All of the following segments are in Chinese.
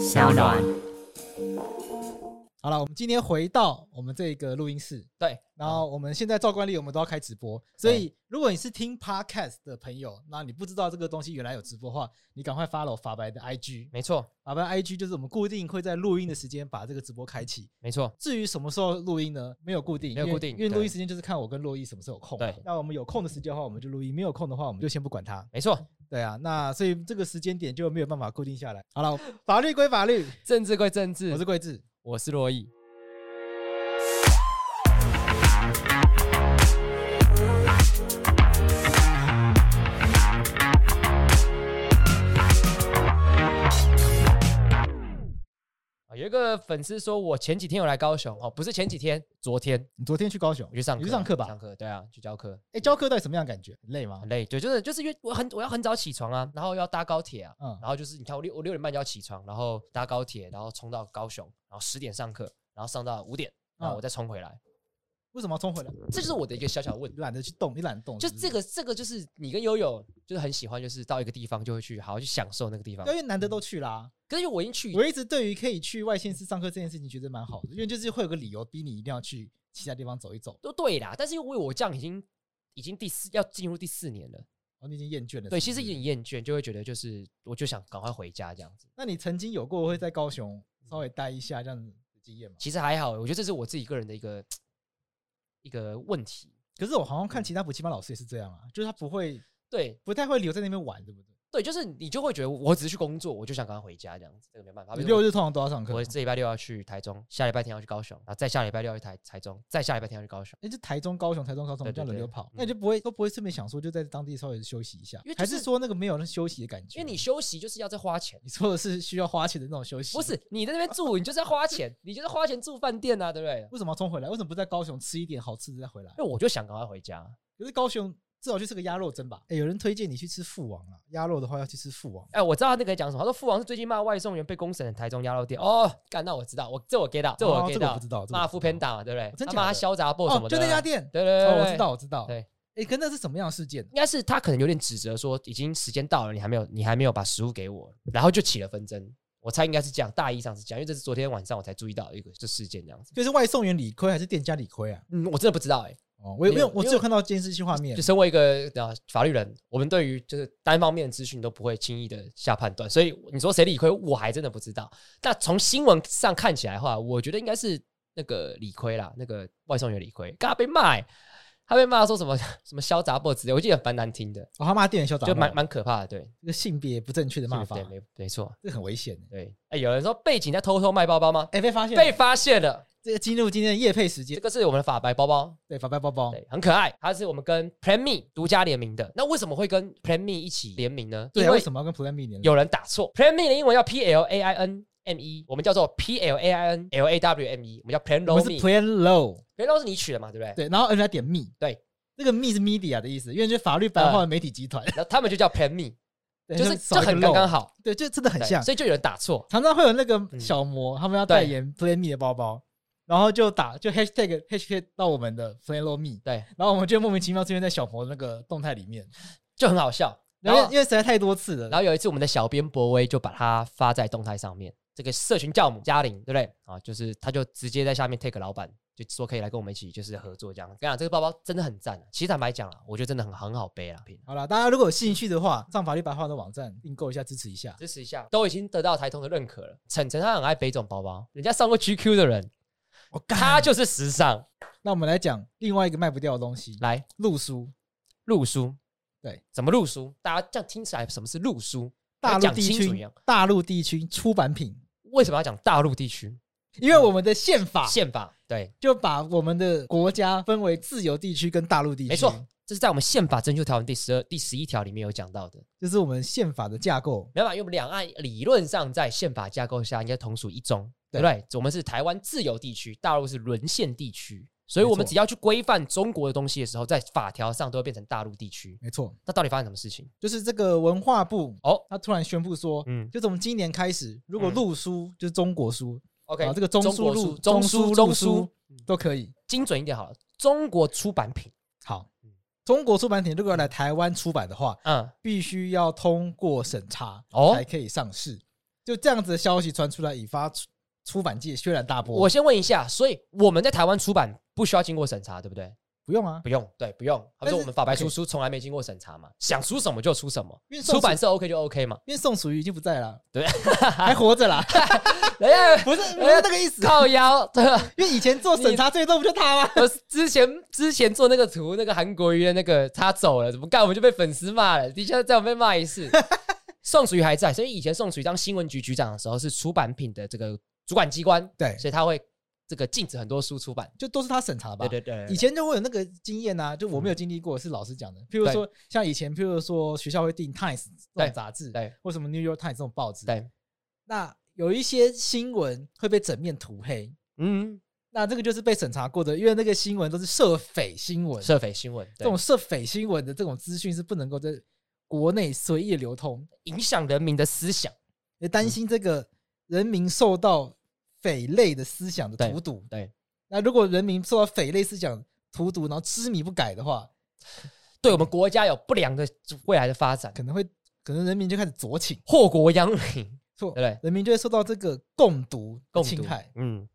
小暖，好了，我们今天回到我们这个录音室，对，然后我们现在照惯例，我们都要开直播，所以如果你是听 podcast 的朋友，那你不知道这个东西原来有直播的话，你赶快 follow 法白的 IG，没错，法白 IG 就是我们固定会在录音的时间把这个直播开启。没错，至于什么时候录音呢？没有固定，没有因为固定因为对录音时间就是看我跟洛伊什么时候有空嘛对。那我们有空的时间的话，我们就录音；没有空的话，我们就先不管它。没错。对啊，那所以这个时间点就没有办法固定下来。好了，法律归法律，政治归政治，我是桂智。我是洛毅。啊有一个粉丝说，我前几天有来高雄哦，不是前几天，昨天你昨天去高雄，我去上你课，去上课吧？上课对啊，去教课，哎、教课到底什么样的感觉？很累吗很？累，对，就是就是因为我很我要很早起床啊，然后要搭高铁啊，嗯然后就是你看我六我六点半就要起床，然后搭高铁，然后冲到高雄，然后十点上课，然后上到五点，然嗯后我再冲回来，为什么要冲回来？这就是我的一个小小的问你题。懒得去动，你懒得动就是不这个这个就是你跟悠悠就是很喜欢，就是到一个地方就会去好好去享受那个地方对。因为难得都去啦。可是因为我已经去，我一直对于可以去外县市上课这件事情觉得蛮好的，因为就是会有个理由逼你一定要去其他地方走一走。都对啦，但是因为我这样已经已经第四要进入第四年了，哦，你已经厌倦了。对，是其不实是有点厌倦，就会觉得就是我就想赶快回家这样子。那你曾经有过会在高雄稍微待一下这样子的经验吗？其实还好，我觉得这是我自己个人的一个一个问题。可是我好像嗯看其他补习班老师也是这样啊，就是他不会对不太会留在那边玩，对不对？对，就是你就会觉得我只是去工作，我就想赶快回家这样子，这个没办法。比你如六说日通常都要上课我吗。我这礼拜六要去台中，下礼拜天要去高雄，然后再下礼拜六要去台台中，再下礼拜天要去高雄。那哎就台中、高雄、台中、高雄对这样对轮流对跑，嗯那你就不会都不会顺便想说就在当地稍微休息一下因为，就还是是说那个没有那休息的感觉？因为你休息就是要再花钱，你说的是需要花钱的那种休息，不是你在那边住，你就是要花钱，你就是花钱住饭店啊，对不对？ 为什么要冲回来？为什么不在高雄吃一点好吃的再回来？因为我就想赶快回家。可是高雄至少去吃个鸭肉蒸吧。哎、有人推荐你去吃父王啊，鸭肉的话要去吃父王。哎，我知道他那个讲什么，他说父王是最近骂外送员被公审的台中鸭肉店。哦，干，那我知道，我这我 get 到，这我哦 get 这个我到不知道，这个骂我不副知道偏打嘛，对不对？真他假骂他的小杂货什么哦，的就啊，那家店。对。对对哦，对，我知道，我知道。对，哎、可那是什么样的事件？应该是他可能有点指责说，已经时间到了，你还没有，你还没有把食物给我，然后就起了纷争。我猜应该是这样，大意上是这样，因为这是昨天晚上我才注意到一个这事件这样子。就是外送员理亏还是店家理亏啊？嗯，我真的不知道哎、哦，我也没没有有，因我只为有看到监视器画面就。身为一个啊法律人，我们对于就是单方面的资讯都不会轻易的下判断，所以你说谁理亏，我还真的不知道。但从新闻上看起来的话，我觉得应该是那个理亏啦，那个外送员理亏，刚他被骂、欸，他被骂说什么什么消杂货之类，我记得蛮难听的，哦，他骂店员校长，就蛮蛮可怕的，对，这个性别不正确的骂法对，，没没错，这很危险的。对，哎，有人说背景在偷偷卖包包吗？哎、被发现了，被发现了，这个进入今天的夜配时这间，个是我们的法白包包，对，法拍包包，对，很可爱，它是我们跟 Plan Me 独家联名的。那为什么会跟 Plan Me 一起联名呢？对因啊，为为什么要跟 Plan B 连？有人打错，Plan Me 的英文叫 P L A I N M E，我们叫做 P L A I N L A W M E，我们叫 Plan 我 Low 们是 Me。 Plan Low， Plan Low 是你取的嘛，对不对？对，然后人家点 me，对，那个 me 是 media 的意思，因为就是法律白话的媒体集团，然后他们就叫 Plan Me，嗯对就是少就一个很刚 low 刚好，对，就真的很对像。所以就有人打错。常常会有那个小模，他们要代对言 Plan Me 的包包，然后就打就 hashtag hashtag 到我们的 Plan Low Me，对，然后我们就莫名其妙出现在小模的那个动态里面，就很好笑。然然后后因为实在太多次了，然后有一次，我们的小编博威就把它发在动态上面，这个社群教母嘉玲，对不对？啊，就是他就直接在下面 take 老板，就说可以来跟我们一起就是合作这样。跟你讲，这个包包真的很赞、啊，其实坦白讲啊，我觉得真的很很好背啊，好了，大家如果有兴趣的话，上法律白话的网站订购一下，支持一下。支持一下，都已经得到台通的认可了。晨晨他很爱背这种包包，人家上过 GQ 的人，我他就是时尚。那我们来讲另外一个卖不掉的东西，来路书，路书，对，怎么路书？大家这样听起来什么是路书？大陆讲地清楚一区样，大陆地区出版品，为什么要讲大陆地区因为我们的宪法宪法？对，就把我们的国家分为自由地区跟大陆地区，没错，这是在我们宪法征修条文第十二、第十一条里面有讲到的。就是我们宪法的架构，没办法，因为我们两岸理论上在宪法架构下应该同属一中，对对不对？我们是台湾自由地区，大陆是沦陷地区，所以没错我们只要去规范中国的东西的时候，在法条上都会变成大陆地区。没错，那到底发生什么事情？就是这个文化部哦，他突然宣布说，嗯就从今年开始，如果路书就是中国书，OK，啊，这个中中书国路、中书、书、路中书，都可以。精准一点好了，中国出版品，好，中国出版品如果要来台湾出版的话，嗯，必须要通过审查哦才可以上市。就这样子的消息传出来，引发出出版界轩然大波。我先问一下，所以我们在台湾出版不需要经过审查，对不对？不用啊，不用，对，不用。他但说是我们法白 OK 出书从来没经过审查嘛，想出什么就出什么因为，宋出版社 OK 就 OK 嘛。因为宋楚瑜已经不在了，对， 还 活着啦，哎呀，不是不是那个意思。靠腰，对吧？因为以前做审查最多不就他吗？我之前之前做那个图，那个韩国瑜的那个他走了，怎么干我们就被粉丝骂了，底下再被骂一 次。宋楚瑜还在，所以以前宋楚瑜当新闻局局长的时候是出版品的这个主管机关，对，所以他会这个禁止很多书出版。就都是他审查吧。对对对，嗯以前就会有那个经验呐、就我没有经历过，是老师讲的。譬如说，像以前，譬如说学校会订《Times》这对种杂志，对或什么《New York Times》这种报纸，对，那有一些新闻会被整面涂黑，嗯，那这个就是被审查过的，因为那个新闻都是涉匪新闻，涉匪新闻这对种涉匪新闻的这种资讯是不能够在国内随意流通，影响人民的思想，嗯也担心这个人民受到匪类的思想的对荼毒。对，那如果人民受到匪类思想荼毒，然后执迷不改的话，对我们国家有不良的未来的发展，可能会可能人民就开始酌情，祸国殃民， 对错不，对？人民就会受到这个共读的共侵读害。，嗯，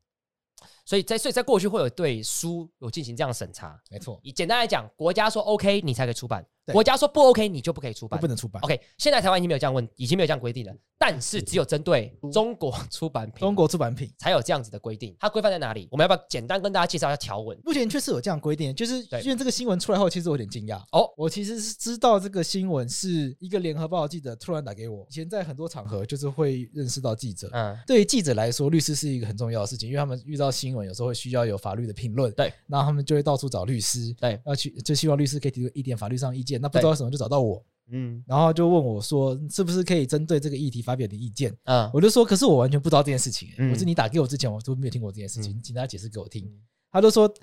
所以在所以在过去会有对书有进行这样的审查。没错，以简单来讲，国家说 OK 你才可以出版，对国家说不 OK 你就不可以出都版不。能出版。 OK，现在台湾已经没有这样问，已经没有这样规定了，但是只有针对中国 出版品中国出版品才有这样子的规定。它规范在哪里？我们要不要简单跟大家介绍一下条文？目前确实有这样规定，就是对因为这个新闻出来后，其实我有点惊讶。哦，我其实是知道这个新闻是一个联合报的记者突然打给我，以前在很多场合就是会认识到记者。嗯，对于记者来说，律师是一个很重要的事情，因为他们遇到新闻有时候会需要有法律的评论，对，那他们就会到处找律师，对，要去就希望律师可以提出一点法律上的意见。那不知道为什么就找到我，嗯然后就问我说，是不是可以针对这个议题发表点意见？嗯，我就说，可是我完全不知道这件事情、欸嗯我是你打给我之前，我都没有听过这件事情，请他解释给我听嗯。他就说，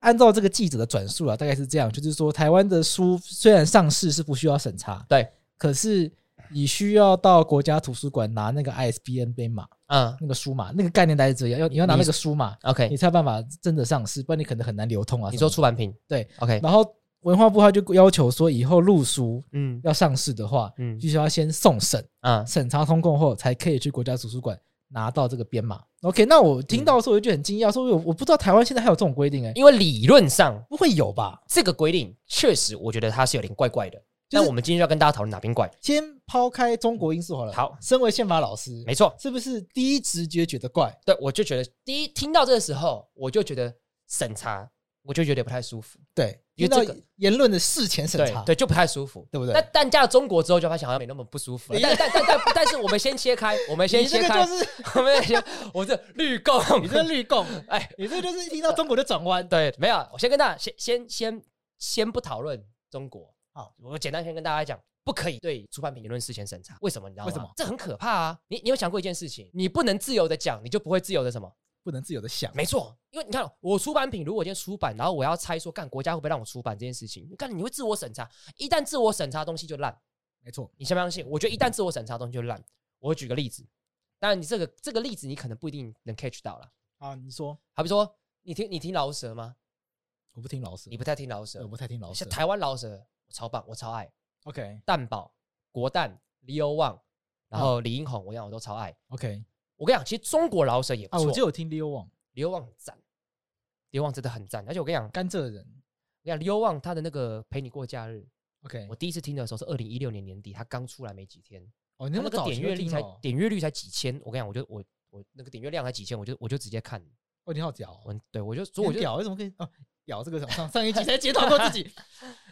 按照这个记者的转述啊，大概是这样，就是说，台湾的书虽然上市是不需要审查，对，可是你需要到国家图书馆拿那个 ISBN 编码，嗯那个书码，那个概念大概是这样，要你要拿你那个书码，你，OK，才有办法真的上市，不然你可能很难流通啊。你说什么出版品对， ，OK，的然后文化部他就要求说，以后录书嗯要上市的话，嗯必须要先送审。嗯审查通过后，才可以去国家图书馆拿到这个编码。OK，那我听到的时候我就很惊讶，说我我不知道台湾现在还有这种规定哎、因为理论上不会有吧？这个规定确实，我觉得它是有点怪怪的。就那是我们今天就要跟大家讨论哪边怪？先抛开中国因素好了。好身为宪法老师，没错，是不是第一直觉觉得怪？对我就觉得第一听到这个时候，我就觉得审查，我就觉得不太舒服，对，因为遇到这个言论的事前审查，对对，就不太舒服，对不对但但嫁到中国之后，就发现好像没那么不舒服了。但但但但但是我们先切开，我们先你这切个开，就是我们先，我这绿共，你这绿共， 哎，你这就是一听 到中国就转弯。对，没有，我先跟大家先先先先不讨论中国，好，我简单先跟大家讲。不可以对出版品言论事前审查，为什么？你知道吗？为什么这很可怕啊！你你有想过一件事情？你不能自由的讲，你就不会自由的什么？不能自由的想，没错，因为你看，我出版品如果今天出版，然后我要猜说，干国家会不会让我出版这件事情？干你会自我审查，一旦自我审查东西就烂，没错，你相不相信？我觉得一旦自我审查东西就烂。我举个例子，当然你这个这个例子你可能不一定能 catch 到了。啊，你说好比说，你听你听饶舌吗？我不听老师你，不太听饶舌，我不太听老师像。台湾老舍，我超棒，我超爱 OK 蛋堡、国蛋、李欧旺，嗯然后李英宏，我讲我都超爱。 OK 我跟你讲，其实中国老舍也不啊，我就错，有听 Leo Wang 李欧旺很赞，李欧旺真的很赞。而且我跟你讲，我跟甘蔗人。你讲，李欧旺他的那个陪你过假日， OK，我第一次听的时候是二零一六年年底，他刚出来没几天，哦，你他那那么个早点就阅率听哦才了点阅率才几千。我跟你讲，我就我我那个点阅量才几千，我就我就直接看，哦，你好屌哦。我对我就所以我我就屌，为什么可以哦？屌这个上 上上一集才检讨过自己，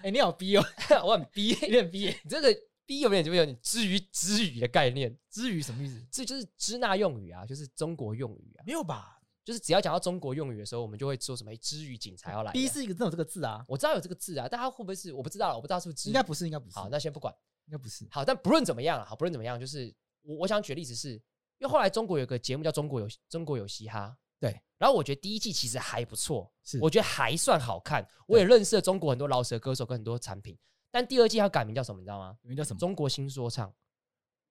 哎、你好逼哦，我很逼，有点逼耶。你这个逼有点就有点知于知语的概念。至于什么意思？这就是支那用语啊，就是中国用语啊。 没有吧？就是只要讲到中国用语的时候，我们就会说什么“哎知语警察要来了”。逼是一个真有这个字啊，我知道有这个字啊，但它会不会是我不知道了，我不知道是不是知语应该不是，应该不是，好，那先不管。应该不是。好，但不论怎么样啊，好，不论怎么样，就是我我想举的例子是，因为后来中国有个节目叫《中国有中国有嘻哈》，对。然后我觉得第一季其实还不错，是我觉得还算好看。我也认识了中国很多饶舌歌手跟很多产品，但第二季它改名叫什么，你知道吗？你们叫什么？中国新说唱。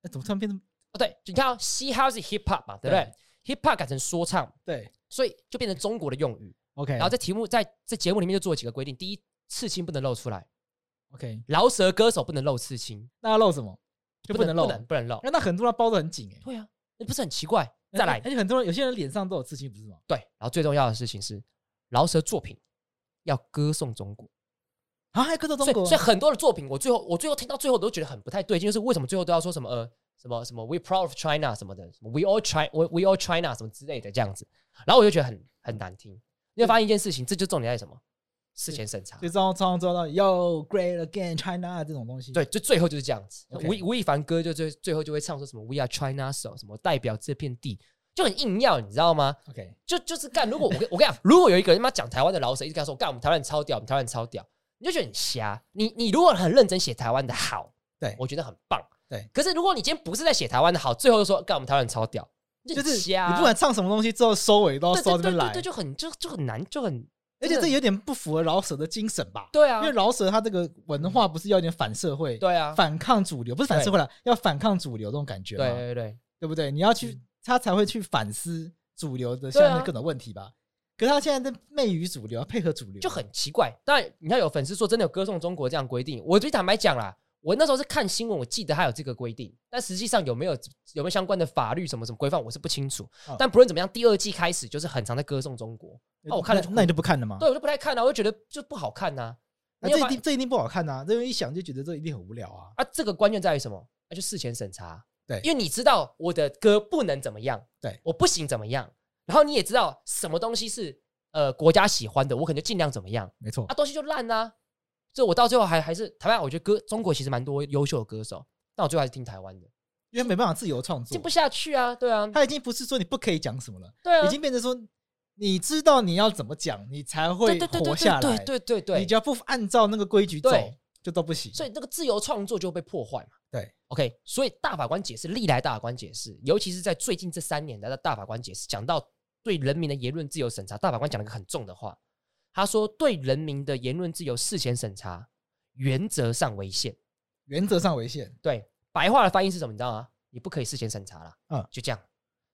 那哎怎么突然变成哦，对，你看、哦，嘻哈是 hip hop 嘛，对不对 h i p hop 改成说唱，对所以就变成中国的用语。 ？OK，然后在题目在在节目里面就做了几个规定：第一，刺青不能露出来， OK，饶舌歌手不能露刺青，那要露什么？就不能露不。能不能露。那那很多人包的很紧哎。对啊，那不是很奇怪？再来而，且很多人有些人脸上都有刺青，不是吗？对，然后最重要的事情是，饶舌作品要歌颂中国。啊，还搁到中所以国，所以很多的作品，我最后我最后听到最后我都觉得很不太对劲，就是为什么最后都要说什么呃什么什么 We proud of China 什么的，什么 We all China We we all China 什么之类的这样子，然后我就觉得很很难听。你会发现一件事情，这就重点在什么？事前审查就。装装装到 Yo Great Again China 这种东西。对，就最后就是这样子。 OK 吴亦吴亦凡哥就最最后就会唱说什么 “We are China” 手什么代表这片地，就很硬要，你知道吗？ ，OK，就就是干。如果我跟我跟你讲，如果有一个人他妈讲台湾的老舍，一直跟他说干我们台湾人超屌，我们台湾人超屌，你就觉得很瞎。你你如果很认真写台湾的好，对我觉得很棒，对。可是如果你今天不是在写台湾的好，最后又说干我们台湾人超屌，你就是很瞎。你不管唱什么东西，之后收尾都要对收到对这对边对来对，，就很就就很难，就很而且这有点不符合饶舌的精神吧？对啊因为，饶舌它这个文化不是要有点反社会，对啊，反抗主流，不是反社会了，要反抗主流这种感觉对嘛，对对对。对不对？你要去，他才会去反思主流的对啊下面各种问题吧。可是他现在在媚于主流，配合主流，就很奇怪。当然，你看有粉丝说真的有歌颂中国这样规定，我最坦白讲啦，我那时候是看新闻，我记得它有这个规定，但实际上有没有有没有相关的法律什么什么规范，我是不清楚嗯。但不论怎么样，第二季开始就是很常在歌颂中国，那哦我看了就那那你就不看了吗？对我就不太看啊了、我就觉得就不好看呐、嗯那你有这一发定这一定不好看呐、这一想就觉得这一定很无聊啊。啊，这个关键在于什么？那就事前审查。对因为你知道我的歌不能怎么样，对我不行怎么样，然后你也知道什么东西是呃国家喜欢的，我可能就尽量怎么样。没错啊，，东西就烂啦、这我到最后还还是台湾，我觉得歌中国其实蛮多优秀的歌手，但我最后还是听台湾的，因为没办法自由创作听，不下去啊，对啊，他已经不是说你不可以讲什么了，对啊，已经变成说你知道你要怎么讲，你才会对对对活对下来。对对对对你只要不按照那个规矩走对，就都不行。所以那个自由创作就被破坏嘛。对，OK，所以大法官解释，历来大法官解释，尤其是在最近这三年来的大法官解释，讲到对人民的言论自由审查，大法官讲了一个很重的话，他说对人民的言论自由事前审查原则上违宪。原则上违宪。对，白话的翻译是什么？你知道吗？你不可以事先审查了，嗯嗯，就这样。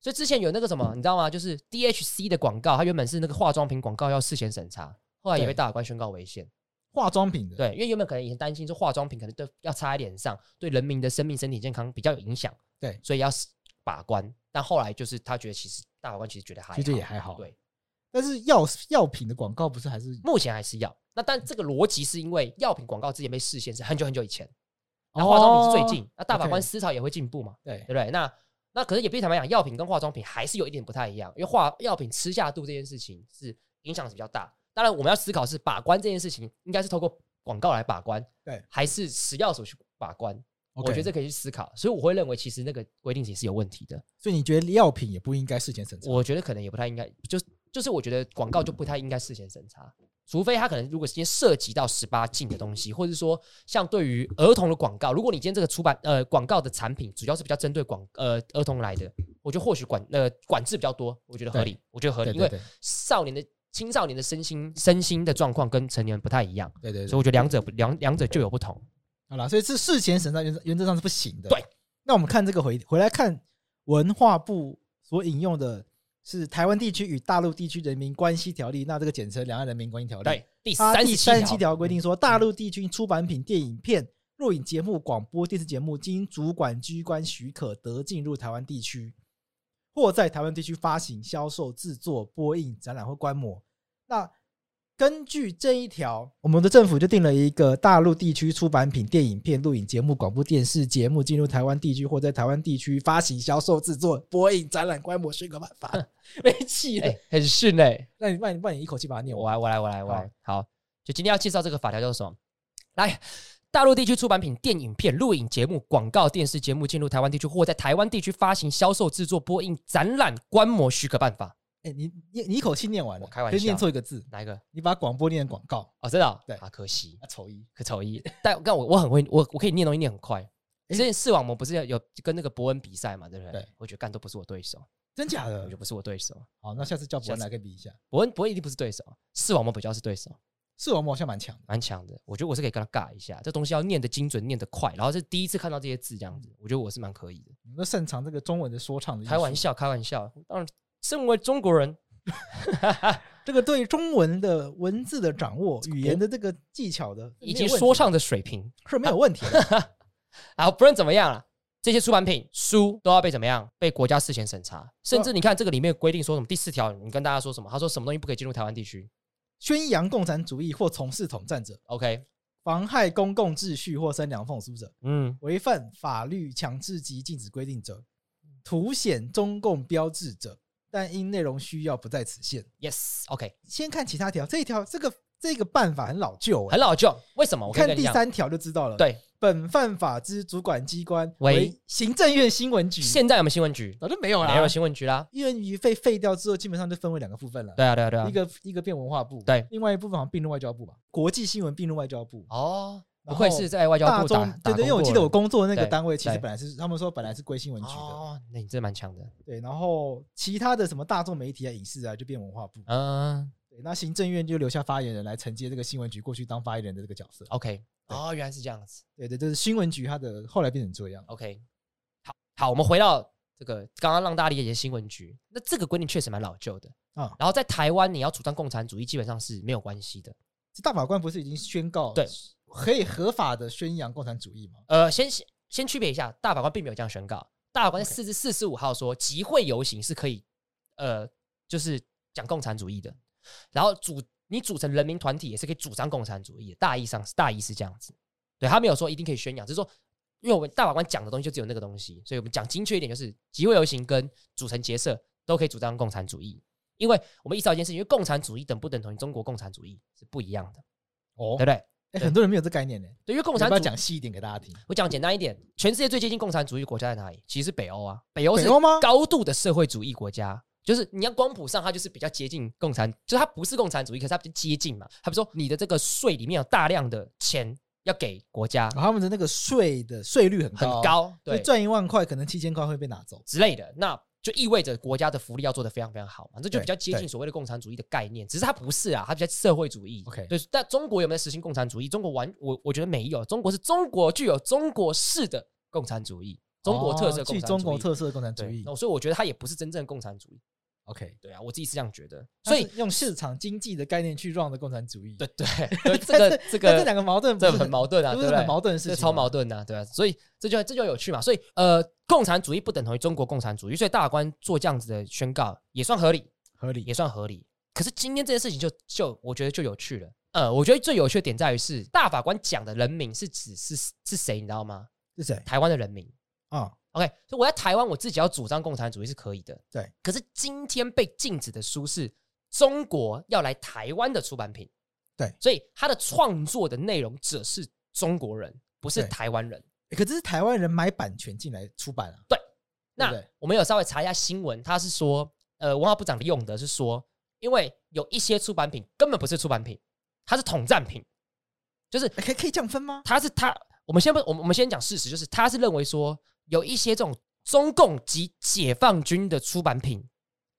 所以之前有那个什么，你知道吗？就是 DHC 的广告，它原本是那个化妆品广告要事前审查，后来也对被大法官宣告违宪。化妆品的，对，因为原本可能以前担心说化妆品可能对要擦在脸上，对人民的生命、身体健康比较有影响，对所以要把关。但后来就是他觉得其实大法官其实觉得还其实好也还好对，但是药药品的广告不是还是目前还是要。那但这个逻辑是因为药品广告之前被视线是很久很久以前，然后化妆品是最哦近，那大法官 OK 思潮也会进步嘛。对对不对？那那可是也必须坦白讲，药品跟化妆品还是有一点不太一样，因为化药品吃下肚这件事情是影响是比较大。当然，我们要思考是把关这件事情，应该是透过广告来把关，对，还是食药署去把关 o 我觉得这可以去思考。所以我会认为，其实那个规定其实是有问题的。所以你觉得药品也不应该事前审查？我觉得可能也不太应该，就就是我觉得广告就不太应该事先审查，除非它可能如果今天涉及到十八禁的东西，或者是说像对于儿童的广告，如果你今天这个出版呃广告的产品主要是比较针对广呃儿童来的，我觉得或许管呃管制比较多，我觉得合理，我觉得合理，对因对为对少年的青少年的身心身心的状况跟成年人不太一样，对对所以对，我觉得两者不两两者就有不同。好啦，所以是事前审查原则原则上是不行的。对，那我们看这个回回来看文化部所引用的是《台湾地区与大陆地区人民关系条例》，那这个简称《两岸人民关系条例》。对，第它三啊第十三七嗯十七条规 定说，大陆地区出版品、电影片、录影节目、广播电视节目，经主管机关许可，得进入台湾地区，或在台湾地区发行、销售、制作、播映、展览或观摩。那根据这一条，我们的政府就定了一个大陆地区出版品、电影片、录影节目、广播电视节目进入台湾地区或在台湾地区发行、销售、制作、播映、展览、观摩许可办法。 没气了，哎、很顺哎、那你那你那你一口气把它念我完。来，我来，我来，我来。好，就今天要介绍这个法条叫做什么？来，大陆地区出版品、电影片、录影节目、广告电视节目进入台湾地区或在台湾地区发行、销售、制作、播映、展览、观摩许可办法。哎哎，你你你一口气念完了，我开玩就念笑错一个字，哪一个？你把广播念成广告，哦，真的哦、对啊，可惜，啊，丑一可丑 一。但但我我很会，我我可以念东西念很快。之前视网膜不是有跟那个伯恩比赛嘛，对不对？对我觉得干都不是我对手，真假我的觉得？不是我对手。好，那下次叫伯嗯恩下次来跟比一下。伯恩伯恩一定不是对手，视网膜比较是对手，视网膜好像蛮强的，蛮强的。我觉得我是可以跟他尬一下，这东西要念得精准，念得快。然后是第一次看到这些字，这样嗯子，我觉得我是蛮可以的。你们都擅长这个中文的说唱的。开玩，笑，开玩笑。当然，身为中国人，这个对中文的文字的掌握、语言的这个技巧的，以及说唱的水平，是没有问题的。啊，不论怎么样了，这些出版品书都要被怎么样？被国家事前审查，甚哦至你看这个里面规定说什么第四条，你跟大家说什么？他说什么东西不可以进入台湾地区 宣扬共产主义或从事统战者， ？OK，妨害公共秩序或三两奉俗者，嗯，违反法律强制及禁止规定者，凸显中共标志者，但因内容需要不在此限。 Yes，OK，、先看其他条，这一条这个这个办法很老旧、欸，很老旧，为什么？我可以看跟你第讲，三条就知道了。，对，本犯法之主管机关为为行政院新闻局，现在有没有新闻局？早就没有啦。没有新闻局啦。因为鱼废废掉之后，基本上就分为两个部分了。对啊，对啊，对啊一。个一个变文化部，对另外一部分好像并入外交部吧，国际新闻并入外交部。哦，然不后愧是在外交大部打中打对对，因为我工记得过我工作的那个对单位，其实对本来是他们说本来是归新闻局的，哦，那你真的蛮强的。对，然后其他的什么大众媒体啊、影视啊，就变文化部。嗯对，那行政院就留下发言人来承接这个新闻局过去当发言人的这个角色。 ，OK，哦，原来是这样子。对对，就是新闻局它的后来变成这样。 OK，好，好，我们回到这个刚刚让大家理解的新闻局，那这个规定确实蛮老旧的啊然后在台湾，你要主张共产主义，基本上是没有关系的。这大法官不是已经宣告对可以合法的宣扬共产主义吗？呃，先先区别一下，大法官并没有这样宣告。大法官在 OK 四至四十五号说，集会游行是可以，呃，就是讲共产主义的。然后组你组成人民团体也是可以主张共产主义的，大意上是大意是这样子。对他没有说一定可以宣扬，只是说，因为我们大法官讲的东西就只有那个东西，所以我们讲精确一点，就是集会游行跟组成结社都可以主张共产主义。因为我们意识到一件事情，因为共产主义等不等同于中国共产主义是不一样的，哦对不，对？哎，对很多人没有这概念呢。对，因为共我产要不主哦要义讲细一点给大家听？我讲简单一点，全世界最接近共产主义国家在哪里？其实是北欧啊，北欧北是欧吗？高度的社会主义国家。就是你要光谱上，它就是比较接近共产，就是它不是共产主义，可是它比较接近嘛。他比如说你的这个税里面有大量的钱要给国家，他们的那个税的税率很很高，高，所以对赚一万块可能七千块会被拿走。之类的，那就意味着国家的福利要做得非常非常好嘛。这就对比较接对近所谓的共产主义的概念，只是它不是啊，它比较社会主义。 OK 对，但中国有没有实行共产主义？中国完我我觉得没有，中国是中国具有中国式的共产主义，中国特色哦共去产主义。中国特色共产主对，义那。所以我觉得它也不是真正共产主义。 OK，对啊，我自己是这样觉得。所所以以，用市场经济的概念去 run 的共产主义。对 对对，这个这但这个两个矛盾不这是很矛盾啊，这对不是不对很？矛盾的事这情，超矛。盾的、啊对吧、所以这就这就有趣嘛。所以呃，共产主义不等同于中国共产主义，所以大法官做这样子的宣告也算合理，合理也算合理。可是今天这件事情就就我觉得就有趣了。呃，我觉得最有趣的点在于是大法官讲的人民是指是是谁，你知道吗？是谁台湾的人民。啊？ OK，所以我在台湾我自己要主张共产主义是可以的，对。可是今天被禁止的书是中国要来台湾的出版品，对所以他的创作的内容者是中国人，不是对台湾人。可这是台湾人买版权进来出版啊。对不那对我们有稍微查一下新闻，他是说，呃，文化部长李永德是说，因为有一些出版品根本不是出版品，它是统战品，就是哎可以可以这样分吗？他是他，我们先不，我们我们先讲事实，就是他是认为说有一些这种中共及解放军的出版品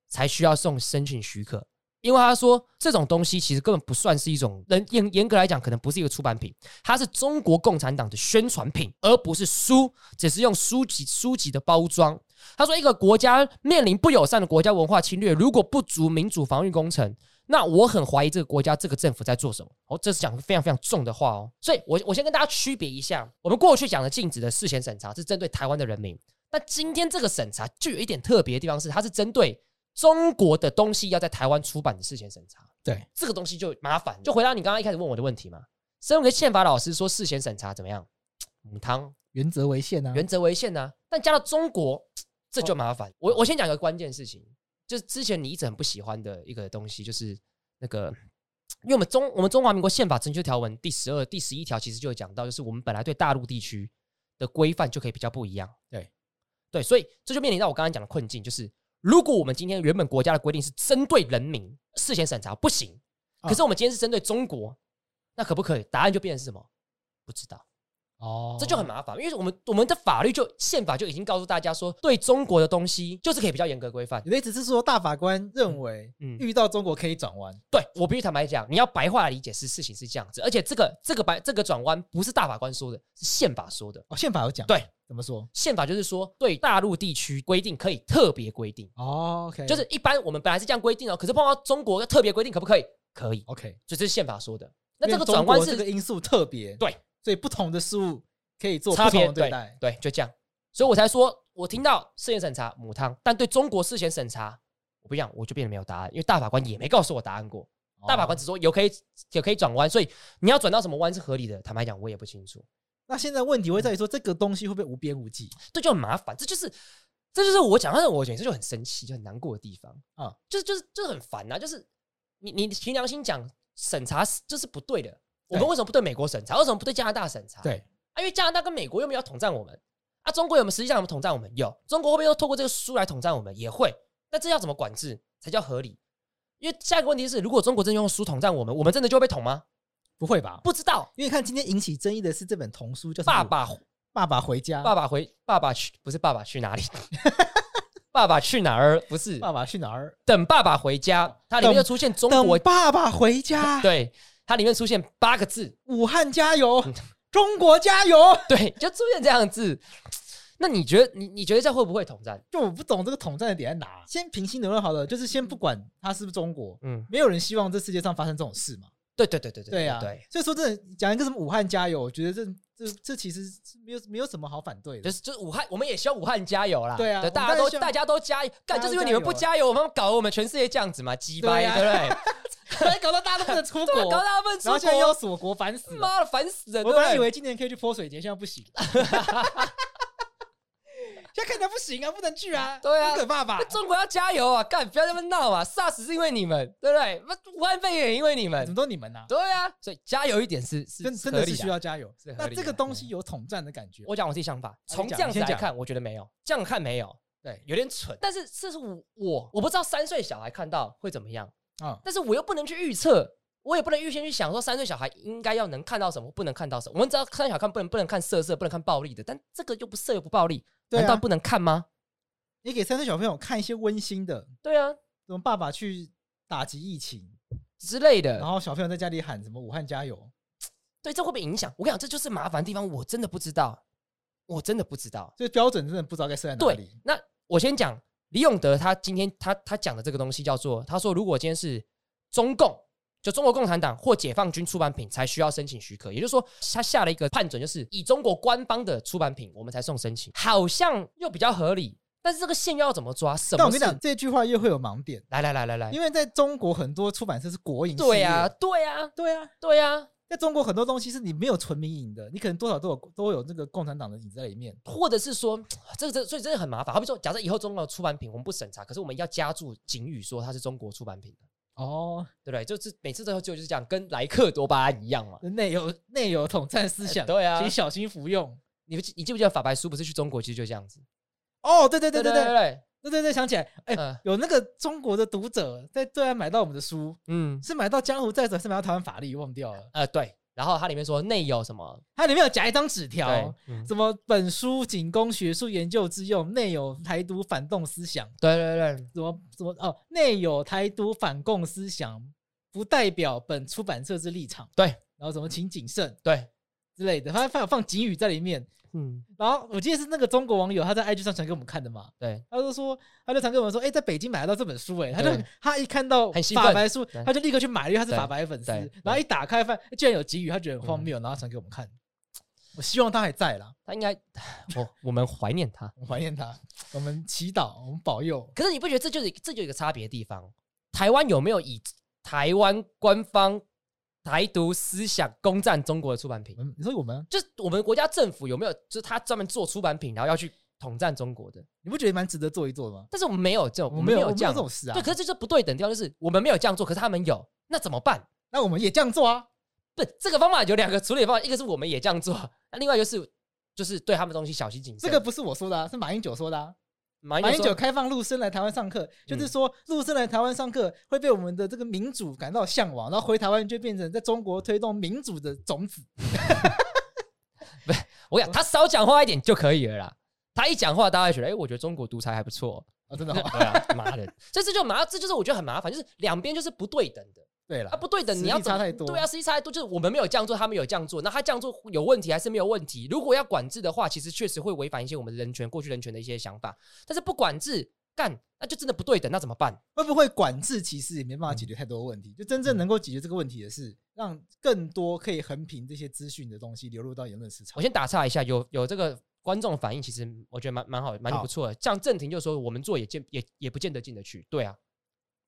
才需要送申请许可，因为他说这种东西其实根本不算是一种，人严严格来讲可能不是一个出版品，它是中国共产党的宣传品，而不是书，只是用书籍书籍的包装。他说，一个国家面临不友善的国家文化侵略，如果不足民主防御工程，那我很怀疑这个国家这个政府在做什么。哦，这是讲非常非常重的话哦。所以我，我先跟大家区别一下，我们过去讲的禁止的事前审查是针对台湾的人民，那今天这个审查就有一点特别的地方是，它是针对中国的东西要在台湾出版的事前审查。对，这个东西就麻烦了。就回答你刚刚一开始问我的问题嘛，身为一个宪法老师说事前审查怎么样？母汤原则为限啊。原则为限呐、但加到中国，这就麻烦。我我先讲一个关键事情，就是之前你一直很不喜欢的一个东西，就是那个，因为我们中我们中华民国宪法征修条文第十二、第十一条其实就有讲到，就是我们本来对大陆地区的规范就可以比较不一样。对对，所以这就面临到我刚刚讲的困境，就是如果我们今天原本国家的规定是针对人民事前审查不行，啊可是我们今天是针对中国，那可不可以？答案就变成是什么？不知道，哦这就很麻烦，因为我们我们的法律就宪法就已经告诉大家说，对中国的东西就是可以比较严格规范。你的意思是说，大法官认为嗯遇到中国可以转弯？对我必须坦白讲，你要白话来理解是事情是这样子，而且这个这个白这个转弯不是大法官说的，是宪法说的。哦，宪法有讲，对，怎么说？宪法就是说，对大陆地区规定可以特别规定，哦，OK，就是一般我们本来是这样规定哦，可是碰到中国要特别规定，可不可以？可以， OK。所以这是宪法说的。那哦因这为个中转弯国是这个因素特别对，所以不同的事物可以做差不同别的对待。对，就这样。所以我才说，我听到事前审查母汤，但对中国事前审查，我不一样，我就变得没有答案，因为大法官也没告诉我答案过。大法官哦只说有可以有可以转弯，所以你要转到什么弯是合理的，坦白讲我也不清楚，那现在问题会在于说，这个东西会不会无边无际？这就很麻烦，这就是这就是我讲，但是我简直就很生气，就很难过的地方啊啊，就是就是就是很烦呐、啊就是你你凭良心讲，审查是这是不对的，我们对为什么不对美国审查，为什么不对加拿大审查？对，啊，因为加拿大跟美国又没有统战我们啊，中国有没有实际上有没有统战我们？有，中国会不会又透过这个书来统战我们？也会。那这要怎么管制才叫合理？因为下一个问题是，如果中国真的用书统战我们，我们真的就会被统吗？不会吧？不知道。因为看今天引起争议的是这本童书，叫什爸么爸爸爸回家，爸爸回爸爸去不是爸爸去哪里？ 爸爸去哪儿？不是爸爸去哪儿？等爸爸回家，它里面等就出现中等国，爸爸回家，对，它里面出现八个字，武汉加油嗯，中国加油。对，就出现这样的字。那你觉得你你觉得这会不会统战？就我不懂这个统战的点在哪。先平心而论好了，就是先不管他是不是中国，嗯，没有人希望这世界上发生这种事嘛。对对对对对对啊，对，所以说真的讲一个什么武汉加油，我觉得这这这其实是没有没有什么好反对的 就。是就是武汉，我们也希望武汉加油啦。对啊我们大家当然都希望大家都加油，干大家都就是因为你们不加油，我们搞得我们全世界这样子嘛，鸡掰，对啊对不 对？啊搞到大家都不能出对国，啊搞大部分然 后出现在又要国，锁国，烦死了。妈的烦死人！我对不本来对以为今年可以去泼水节，现在不行。 现在看起来不行啊，不能去啊， 对啊很可怕吧那？中国要加油啊，干不要这么闹啊！SARS 是因为你们，对不对？那武汉肺炎也因为你怎么们，都你们呐，对啊，所以加油一点是是真真合的理啊是需。要加油是。合那理这的个东西有统战的感觉，我啊讲我自己想法，从你讲这样子你来先讲看，我觉得没有，这样看没有，对有点蠢。但是这是我我我不知道三岁小孩看到会怎么样。嗯啊，但是我又不能去预测，我也不能预先去想说三岁小孩应该要能看到什么，不能看到什么。我们只要三岁小孩看不能不能看色色，不能看暴力的，但这个又不色又不暴力，对难道啊，不能看吗？你给三岁小朋友看一些温馨的，对啊，什么爸爸去打击疫情，之类然的。后小朋友在家里喊什么武汉加油，对，这会不会影响？我跟你讲，这就是麻烦的地方，我真的不知道，我真的不知道。这标准真的不知道该设在哪对里。，那我先讲李永德，他今天他他讲的这个东西叫做，他说如果今天是中共，就中国共产党或解放军出版品才需要申请许可，也就是说他下了一个判准，就是以中国官方的出版品我们才送申请，好像又比较合理，但是这个线又要怎么抓？什么但我跟是？你讲，这句话又会有盲点，来来来来来因，为在中国很多出版社是国营，对呀、啊，，对呀、啊，对啊，对呀、啊，在中国很多东西是你没有纯民营的，你可能多少都有都有那个共产党的影子在里面。或者是说，这个这所以真的很麻烦。好比说，假设以后中国的出版品我们不审查，可是我们要加注警语说它是中国出版品。哦，对不对？就是每次最后就是这样，跟莱克多巴胺一样嘛。内有内有统战思想，对啊请小心服用。你不记你记不记得法白书不是去中国其实就这样子？哦，对对对对对对对，对对对，想起来，哎，嗯有那个中国的读者在对岸买到我们的书，嗯是买到《江湖再者》，还是买到台湾法律，忘掉了。呃对。然后它里面说内有什么？它里面有夹一张纸对条，嗯什么本书仅供学术研究之用，内有台独反动思想，对对对，什么什么哦，内有台独反共思想，不代表本出版社之立场。对，然后什么请谨慎对，之类的，反正放放警语在里面。嗯然后我记得是那个中国网友他在 IG 上传给我们看的嘛，对，他就说他就常跟我们说，哎、在北京买得到这本书、哎，他就对他一看到很兴法奋白书对，他就立刻去买，因为他是对法白粉丝对。嗯然后一打开，发现居然有警语，他觉得很荒谬，然后传给我们看。我希望他还在啦，他应该 我我们怀念他。我们怀念他，我们祈祷，我们保佑。可是你不觉得这就是这就有一个差别的地方？台湾有没有以台湾官方台独思想攻占中国的出版品我？们你说我们，就是我们国家政府有没有就是他专门做出版品，然后要去统战中国的？你不觉得蛮值得做一做的吗？但是我们没有这种，我我们们没有，我有们这没有样这种事啊。对，可是这就是不对等地方，就是我们没有这样做，可是他们有，那怎么办？那我们也这样做啊。不，这个方法有两个处理方法，一个是我们也这样做，那另外就是就是对他们东西小心谨这慎。个不是我说的、啊，是马英九说的、啊。马马英英九九嗯开放陆生来台湾上课，就是说陆生来台湾上课会被我们的这个民主感到向往，然后回台湾就变成在中国推动民主的种子。我讲他少讲话一点就可以了啦。他一讲话，大家觉得，哎、我觉得中国独裁还不错。，啊，真的、哦对啊，妈的， 这这就麻，这就是我觉得很麻烦，就是两边就是不对等的 对了啊，，不对等，实你要力怎么差太多对啊，实际差太多，就是我们没有这样做，他们有这样做，那他这样做有问题还是没有问题？如果要管制的话，其实确实会违反一些我们人权过去人权的一些想法，但是不管制干，那就真的不对等，那怎么办？会不会管制其实也没办法解决太多问题，就真正能够解决这个问题的是让更多可以横平这些资讯的东西流入到言论市我场。先打岔一下，有有这个观众反应，其实我觉得蛮蛮好，蛮好不错的。像郑婷就说，我们做也见也也不见得进得去，对啊，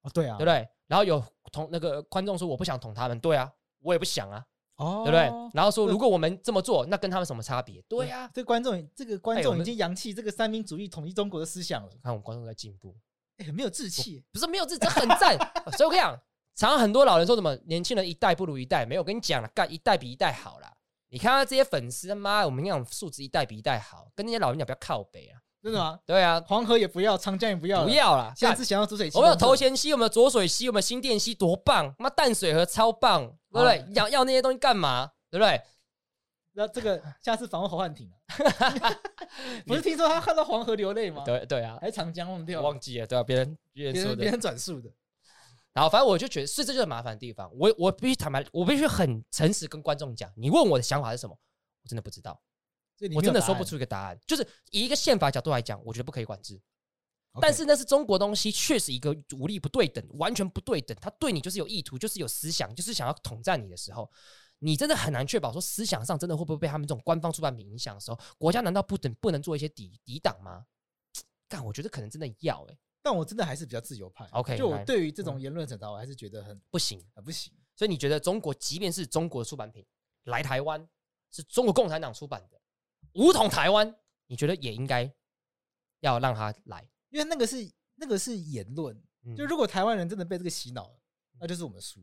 哦，对啊对不，对？然后有同那个观众说我不想捅他们，对啊，我也不想啊，哦对不对？然后说对如果我们这么做，那跟他们什么差别？对啊，这观众这个观哎我众们已经扬弃这个三民主义统一中国的思想了，看我们观众在进步，哎，很没有志气。不是没有这这很赞。 所以我跟你讲，常常很多老人说什么年轻人一代不如一代，没有我跟你讲了，干一代比一代好啦。你看他这些粉丝，他妈我们讲素质一代比一代好，跟那些老人讲不要靠北啊。真的吗？对啊，黄河也不要，长江也不要了，不要啦，现在干只想要煮水。我们有头衔溪，我们有浊水溪，我们有新店溪，多棒！妈淡水河超棒，对不好对？要要那些东西干嘛？对不对？那这个下次访问侯汉 廷啊，不是听说他看到黄河流泪吗？对对啊，还是长江忘掉我了，忘记了，对啊，别人别人别说人别的。人转述的。然后反正我就觉得是这就是麻烦的地方。我我必须坦白，我必须很诚实跟观众讲，你问我的想法是什么，我真的不知道，所以你我没有真的答说不案出一个答案。就是以一个宪法角度来讲，我觉得不可以管制。 OK 但是那是中国东西，确实一个武力不对等，完全不对等。他对你就是有意图，就是有思想，就是想要统战你的时候，你真的很难确保说思想上真的会不会被他们这种官方出版品影响的时候，国家难道不等不能做一些抵抵挡吗？但我觉得可能真的要哎、但我真的还是比较自由派。 OK，就来嗯我对于这种言论审查，我还是觉得很不行。很不行。所以你觉得中国，即便是中国的出版品来台湾，是中国共产党出版的，武统台湾，你觉得也应该要让他来？因为那个是那个是言论，嗯就如果台湾人真的被这个洗脑了，那就是我们输。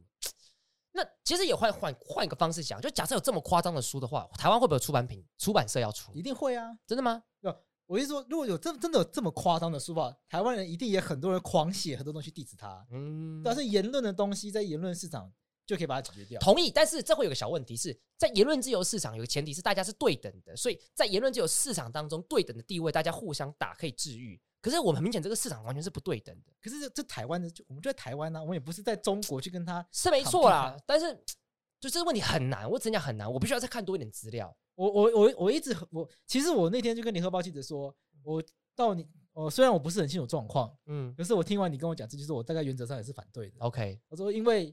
那其实也换换换一个方式想，就假设有这么夸张的书的话，台湾会不会有出版品出版社要出一？定会啊！真的吗？我是说，如果有真真的有这么夸张的书吧，台湾人一定也很多人狂写很多东西 diss 他。嗯，但是言论的东西在言论市场就可以把它解决掉。同意，但是这会有个小问题是，在言论自由市场有个前提是大家是对等的，所以在言论自由市场当中，对等的地位大家互相打可以治愈。可是我们很明显这个市场完全是不对等的，可是这这台湾的，就我们就在台湾啊呢、我们也不是在中国去跟他。是没错啦，但是就这个问题很难，我真讲很难，我必须要再看多一点资料。我我我我一直很我其实我那天就跟联合报记者说，我到你我虽然我不是很清楚状况，嗯可是我听完你跟我讲这就是我大概原则上也是反对的。 ，OK，我说，因为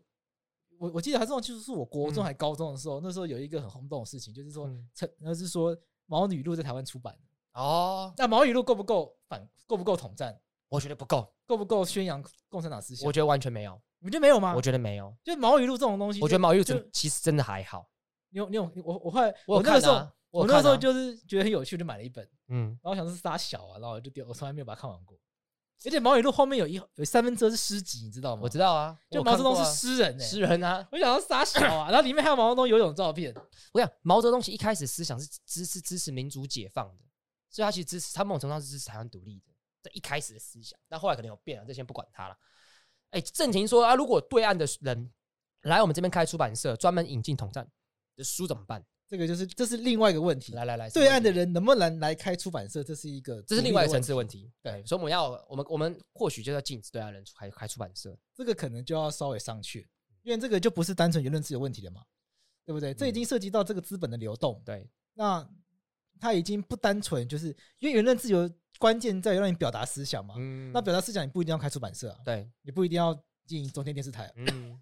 我我记得还是忘记是我国中还高中的时候，那时候有一个很轰动的事情，就是说嗯，陈、那是说《毛语录》在台湾出版，哦，那《毛语录》够不够反够不够统战，我觉得不够，够不够宣扬共产党思想？我觉得完全没有，你觉得没有吗？我觉得没有，就《毛语录》这种东西，我觉得毛玉啊就真其实真的还好。你有你有我我后来我有那个看时候啊我有那个看时候啊就是觉得很有趣，就买了一本，嗯，然后我想说是傻小啊，然后我就丢，我从来没有把它看完过。而且《毛语录》后面有一有三分之二是诗集，你知道吗？我知道，道啊，就我毛看泽东过啊是诗人呢、欸诗人啊，我想要傻小啊，然后里面还有毛泽东游泳照片。我想毛泽东其实一开始思想是支持支持民主解放的，所以他其实支持他某种程度上是支持台湾独立的，这一开始的思想，但后来可能有变了，这先不管他了。哎，郑婷说啊，如果对岸的人来我们这边开出版社，专门引进统战的书怎么办？这个就是这是另外一个问题。来来来，对岸的人。人能不能来开出版社，这是一个这是另外一个层次的问题，题，对对，所以我们要，我们我们或许就要禁止对岸人出开开出版社，这个可能就要稍微商榷，因为这个就不是单纯言论自由问题了嘛，对不对？这已经涉及到这个资本的流动，嗯对，那它已经不单纯就是因为言论自由关键在于让你表达思想嘛，嗯那表达思想你不一定要开出版社啊，对，你不一定要进中天电视台啊，嗯，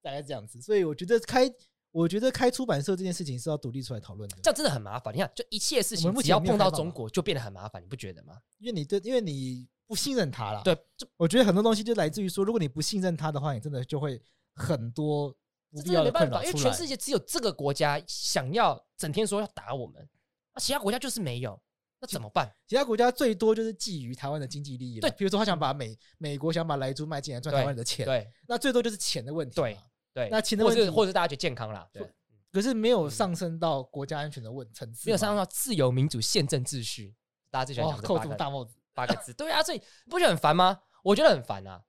大概这样子。所以我觉得开，我觉得开出版社这件事情是要独立出来讨论的，这样真的很麻烦。你看，就一切事我情们目只前要没有碰到开放中嘛国，就变得很麻烦，你不觉得吗？因为你对，因为你不信任他啦，对，就我觉得很多东西就来自于说，如果你不信任他的话，你真的就会很多不这必真的要没困办法，扰出来。因为全世界只有这个国家想要整天说要打我们，那其他国家就是没有，那怎么办？其他国家最多就是觊觎台湾的经济利益了，对比如说他想把美美国想把莱猪卖进来赚对台湾人的钱，对那最多就是钱的问题嘛。对对，那其他或问是题或是大家觉得健康啦，对，可是嗯没有上升到国家安全的问层次嘛，没有上升到自由民主宪政秩序，大家最喜欢哇讲这扣八这么个大帽子，八个字，对啊，所以你不觉得很烦吗？我觉得很烦啊，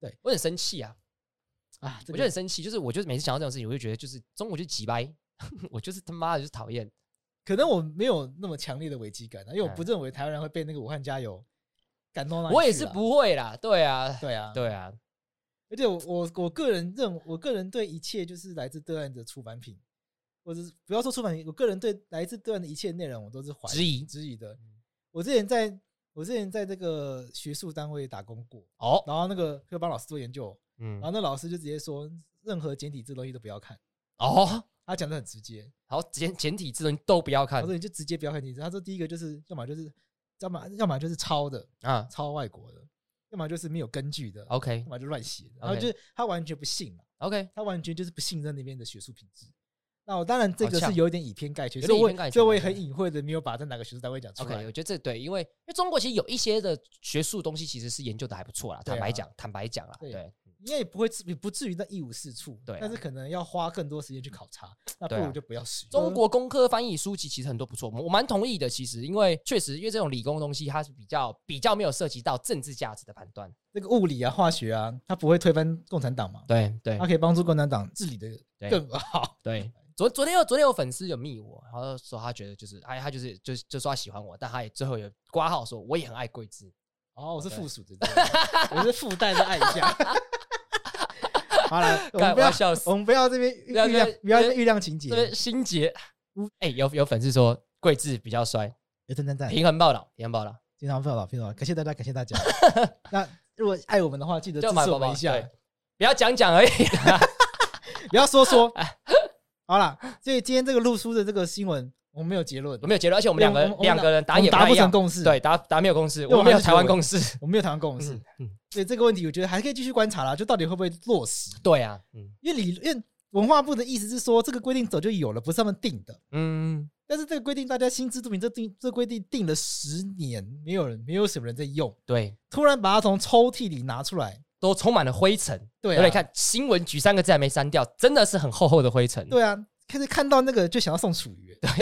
对我很生气啊，啊，这我个就很生气，就是我就是每次想到这种事情，我就觉得就是中国就急掰， 我就是他妈的就是讨厌，可能我没有那么强烈的危机感、啊，因为我嗯不认为台湾人会被那个武汉加油感动到哪里我也去是啦不会啦，对啊，对啊，对啊，而且我我我个人认，我个人对一切就是来自对岸的出版品，或者是不要说出版品，我个人对来自对岸的一切内容，我都是怀质疑质疑的。嗯我之前在我之前在这个学术单位打工过，哦，然后那个会帮老师做研究，嗯然，后那老师就直接说，任何简体字东西都不要看，哦，他讲的很直接，好简简体字的都不要看他说你就直接不要看简体字，他说第一个就是要么就是要么要么就是抄的啊抄外国的，要么就是没有根据的，要，OK 么就乱写的，然后哦 OK 就是他完全不信嘛。 OK，他完全就是不信任那边的学术品质。那我当然这好个是呛有点以偏概全，有所以点以我偏概所以全我也很对隐晦的没有把在哪个学术单位讲出 OK，来我。觉得这对，因为因为中国其实有一些的学术东西其实是研究的还不错啦，对啊坦白讲，坦白讲啦，对对因为也不会至也不至于到一无是处，对啊但是可能要花更多时间去考察，那不对啊如就不要使用。中国工科翻译书籍其实很多不错，我我蛮同意的。其实因为确实因为这种理工的东西，它是比较比较没有涉及到政治价值的判断。那个物理啊、化学啊，它不会推翻共产党嘛，对对它可以帮助共产党治理的对更好。对，昨昨天有昨天有粉丝有密我，然后说他觉得就是哎，他就是就就说他喜欢我，但他也最后有挂号说我也很爱桂枝。哦，我是对附属的，对我是附带的爱一 下。好了，我干我们不要要笑死我们不要这边预不要这量边，不要这边预量情节这。边 心结，哎、有有粉丝说桂枝比较帅，哎，赞赞赞！平衡报道，平衡报道。经常报道，非常好感谢大家，感谢大 家。那如果爱我们的话，记得支就买持我包们包一下对，不要讲讲而已。 不要说说。哎好啦，所以今天这个露书的这个新闻，我们没有结论我，没有结论，而且我们两我们个我们两个人答案也我们达太不一样成共识。对，，答答没有共识，为我我没有还是觉台得湾我共识。我们没有谈共识嗯。嗯，所以这个问题，我觉得还可以继续观察啦，就到底会不会落实？对啊，嗯因为理，因为文化部的意思是说，这个规定早就有了，不是他们定的。嗯，但是这个规定，大家心知肚明，这定这规定定了十年，没有人，没有什么人在用，对，突然把它从抽屉里拿出来，都充满了灰尘。对啊对不对，看新闻局三个字还没删掉，真的是很厚厚的灰尘。对啊，开始看到那个就想要送楚瑜，嗯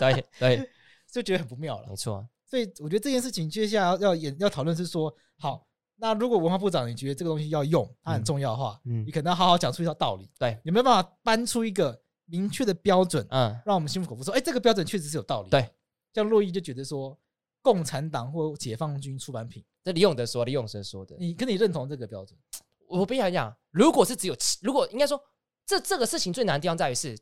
对对对， 就觉得很不妙了没。错。所以我觉得这件事情接下来要演要讨论是说，好，那如果文化部长你觉得这个东西要用，它很重要的话，嗯你可能要好好讲出一条道理，对，有没有办法搬出一个明确的标准，嗯，让我们心服口服说，哎、这个标准确实是有道理。对，像洛伊就觉得说，共产党或解放军出版品，这李永德说，李永生说的。你跟你认同这个标准，我必须讲，如果是只有七，如果应该说这这个事情最难的地方在于是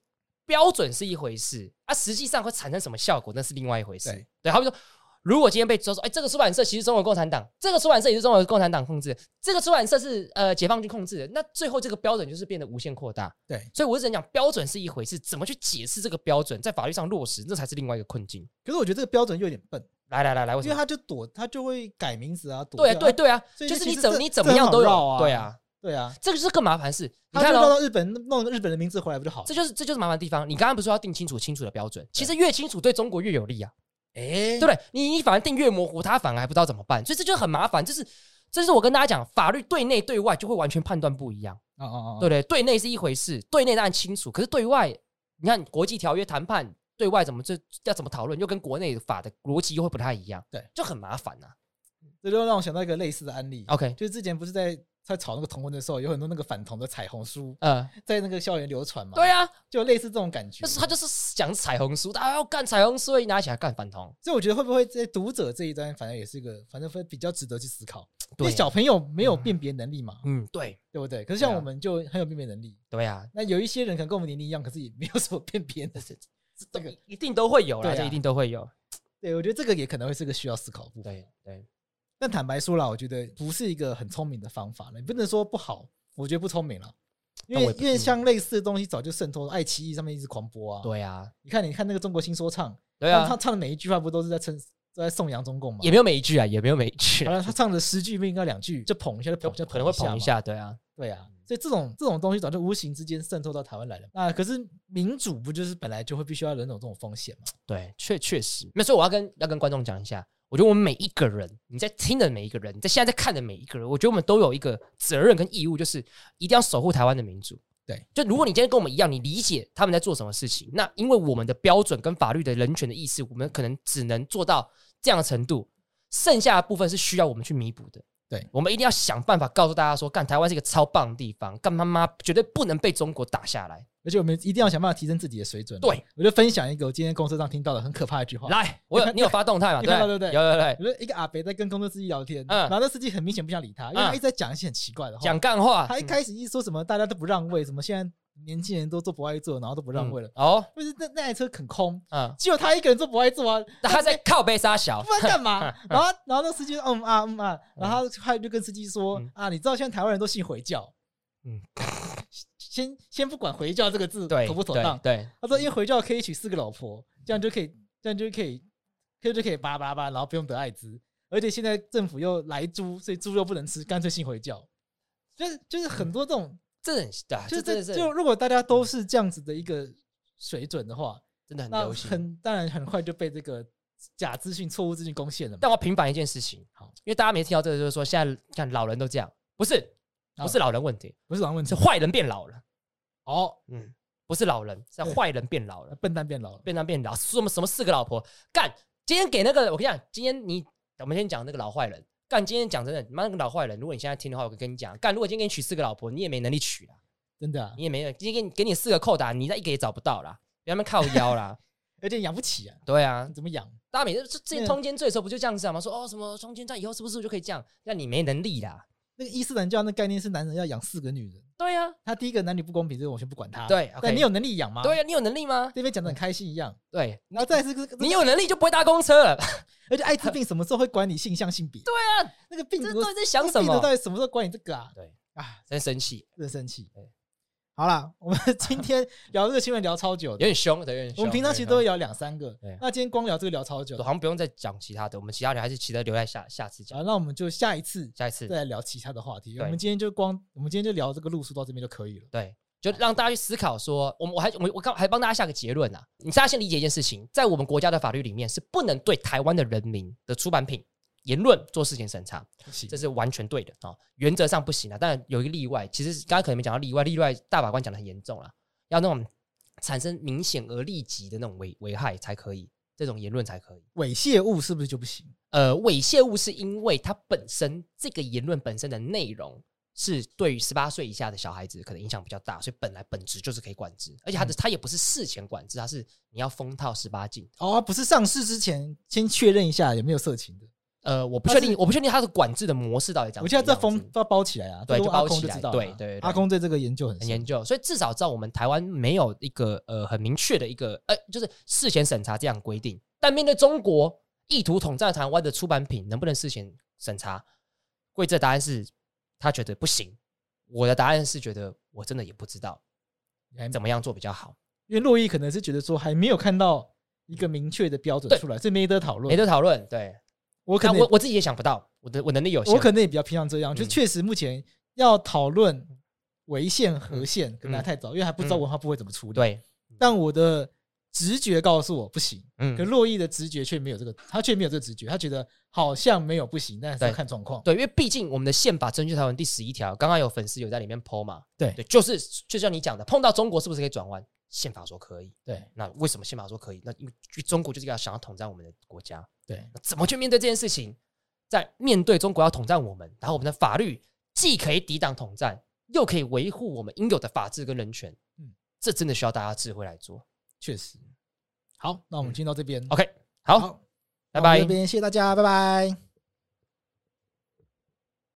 标准是一回事，啊，实际上会产生什么效果那是另外一回事。对对，好比说，如果今天被说说，哎、这个出版社其实中国共产党，这个出版社也是中国共产党控制的，这个出版社是呃解放军控制的，那最后这个标准就是变得无限扩大。对。所以我只能讲，标准是一回事，怎么去解释这个标准，在法律上落实，这才是另外一个困境。可是我觉得这个标准又有点笨，来来来来，为什因为么？他就躲，他就会改名字啊，躲对掉对对啊，所以就是其你实怎么这你怎么样这都很有好绕啊对啊，对啊，这个就是更麻烦的事。你他看就哦绕到日本弄个日本的名字回来不就好了？这就是这就是麻烦的地方。你刚刚不是说要定清楚清楚的标准？其实越清楚对中国越有利啊，哎对不对？你你反而定越模糊，他反而还不知道怎么办，所以这就很麻烦。就是这是我跟大家讲，法律对内对外就会完全判断不一样，哦哦哦，对不对？对内是一回事，对内当然清楚，可是对外，你看国际条约谈判，对外怎么这要怎么讨论，又跟国内法的逻辑又会不太一样，对，就很麻烦呐、这就让我想到一个类似的案例。 OK，就是之前不是在在炒那个同婚的时候，有很多那个反同的彩虹书呃，在那个校园流传嘛，对，啊，就类似这种感觉。就是他就是讲彩虹书，大家要干彩虹书，一拿起来干反同，所以我觉得会不会在读者这一端，反正也是一个，反正会比较值得去思考。因对为啊，小朋友没有辨别能力嘛，嗯，对，对不对？可是像对啊我们就很有辨别能力。对啊，那有一些人可能跟我们年龄一样，可是也没有什么 辨别能力。这个，一定都会有啦，对啊这一定都会有。对我觉得这个也可能会是个需要思考的部分。对对，但坦白说了，我觉得不是一个很聪明的方法了。你不能说不好，我觉得不聪明了，因但我也为不因为像类似的东西早就渗透，爱奇艺上面一直狂播啊。对啊，你看，你看那个中国新说唱，对他啊他，唱的每一句话不都是在称都在颂扬中共吗？也没有每一句啊，也没有每一句好，像他唱的十句，应该两句就捧一下， 就有捧一下，可能会捧一嘛。下，对啊，对啊，所以这种这种东西早就无形之间渗透到台湾来了。那可是民主不就是本来就会必须要忍受这种风险嘛？对，确确实。那所以我要跟要跟观众讲一下，我觉得我们每一个人，你在听的每一个人，你在现在在看的每一个人，我觉得我们都有一个责任跟义务，就是一定要守护台湾的民主。对，就如果你今天跟我们一样，你理解他们在做什么事情，那因为我们的标准跟法律的人权的意识，我们可能只能做到这样的程度。剩下的部分是需要我们去弥补的。对，我们一定要想办法告诉大家说，干台湾是一个超棒的地方，干他妈绝对不能被中国打下来。而且我们一定要想办法提升自己的水准。啊对，我就分享一个我今天公车上听到的很可怕的一句话。来，我有你看你有发动态嘛？哦 你对看不到对不对有有有有我觉得一个阿伯在跟公车司机聊天，嗯然后那司机很明显不想理他，因为他一直在讲一些很奇怪的话。讲嗯干话，他一开始一说什么大家都不让位，什么现在年轻人都坐不爱坐，然后都不不让位了，哦，不是那那台车很空，嗯，只有他一个人坐不爱坐啊，那他在靠背杀小不， 知道干嘛。然后然后那司机就嗯啊嗯啊，然后他后来就跟司机说、嗯啊，你知道现在台湾人都信回教，嗯嗯，先先不管回教这个字对，妥不妥对当，对，他说因为回教可以娶四个老婆，这样就可以，这样就可以，这样就可以叭叭叭，然后不用得艾滋。而且现在政府又来猪，所以猪肉不能吃，干脆信回教。就是就是很多这种，这很啊，这就是真这的是就如果大家都是这样子的一个水准的话，真的很那流行。很当然很快就被这个假资讯、错误资讯攻陷了嘛。但我要平反一件事情，好，因为大家没听到这个，就是说现在看老人都这样，不是啊不是老人问题，不是王问是题坏人变老了，哦，嗯，不是老人，是对坏人变老了，笨蛋变老了，变当变老，什么什么四个老婆干，今天给那个我跟你讲，今天你我们先讲那个老坏人。干，今天讲真的，你妈那个老坏人，如果你现在听的话，我跟你讲，干，如果今天给你娶四个老婆，你也没能力娶啦，真的、啊你，也没能，今天给你给你四个扣打，你再一个也找不到啦，别他妈靠腰 啦，而且养不起啊，对啊，怎么养？大家每次这这嗯些通奸罪的时候不就这样子啊吗？说哦什么通奸罪以后是不是就可以这样？那你没能力啦。那个伊斯兰教那概念是男人要养四个女人，对啊呀、他第一个男女不公平，这个我先不管他。对，OK 但你有能力养吗？对呀、啊你有能力吗？这边讲的很开心一样，对，然后再来是这个你有能力就不会搭公车了。而且艾滋病什么时候会管你性向性别？对啊，那个病这毒到底在想这什个病毒到么？底什么时候管你这个啊？对啊，真生气，真生气对。好啦，我们今天聊这个新闻聊超久有的，点凶对，有点凶。我们平常其实都会聊两三个对，那今天光聊这个聊超久有点凶，好像不用再讲其他的，我们其他的还是期待留在下下次讲，啊，那我们就下一次下一次再来聊其他的话题。对我们今天就光，我们今天就聊这个路数到这边就可以了。对。就让大家去思考说，我们我还我我刚还帮大家下个结论啊，你大家先理解一件事情，在我们国家的法律里面是不能对台湾的人民的出版品、言论做事情审查，行这是完全对的啊、哦原则上不行啊。但有一个例外，其实刚刚可能没讲到例外，例外大法官讲的很严重了，要那种产生明显而立即的那种危危害才可以，这种言论才可以。猥亵物是不是就不行？呃，猥亵物是因为它本身这个言论本身的内容是对于十八岁以下的小孩子可能影响比较大，所以本来本质就是可以管制，而且嗯它的它也不是事前管制，它是你要封套十八禁。哦，不是上市之前先确认一下有没有色情的。呃，我不它确是定，我不确定它的管制的模式到底长我什记么得样子。这封要包起来啊，对这个就阿包公起就来知道了啊。对对对阿公对这个研究很很深研究，所以至少在我们台湾没有一个呃很明确的一个呃，就是事前审查这样的规定。但面对中国意图统战台湾的出版品，能不能事前审查？贵这答案是他觉得不行，我的答案是觉得我真的也不知道还怎么样做比较好，因为洛伊可能是觉得说还没有看到一个明确的标准对出来，所以没得讨论。没得讨论。对，我可但能我我自己也想不到，我的我能力有限，我可能也比较偏向这样，就嗯确实目前要讨论违宪和宪可能还太早，因为还不知道嗯文化部会怎么处理。，对，但我的直觉告诉我不行，嗯可，洛伊的直觉却没有这个，他却没有这个直觉，他觉得好像没有不行，但是要对看状况。对，因为毕竟我们的宪法征求条文第十一条，刚刚有粉丝有在里面 PO 嘛，对对，就是就像你讲的，碰到中国是不是可以转弯？宪法说可以。对那为什么宪法说可以？那因为中国就是一个想要统战我们的国家，对，那怎么去面对这件事情？在面对中国要统战我们，然后我们的法律既可以抵挡统战，又可以维护我们应有的法治跟人权。嗯嗯，这真的需要大家智慧来做。确实。好，那我们今天到这边。嗯 OK，好，好，拜那我们拜这。边谢谢大家，拜拜。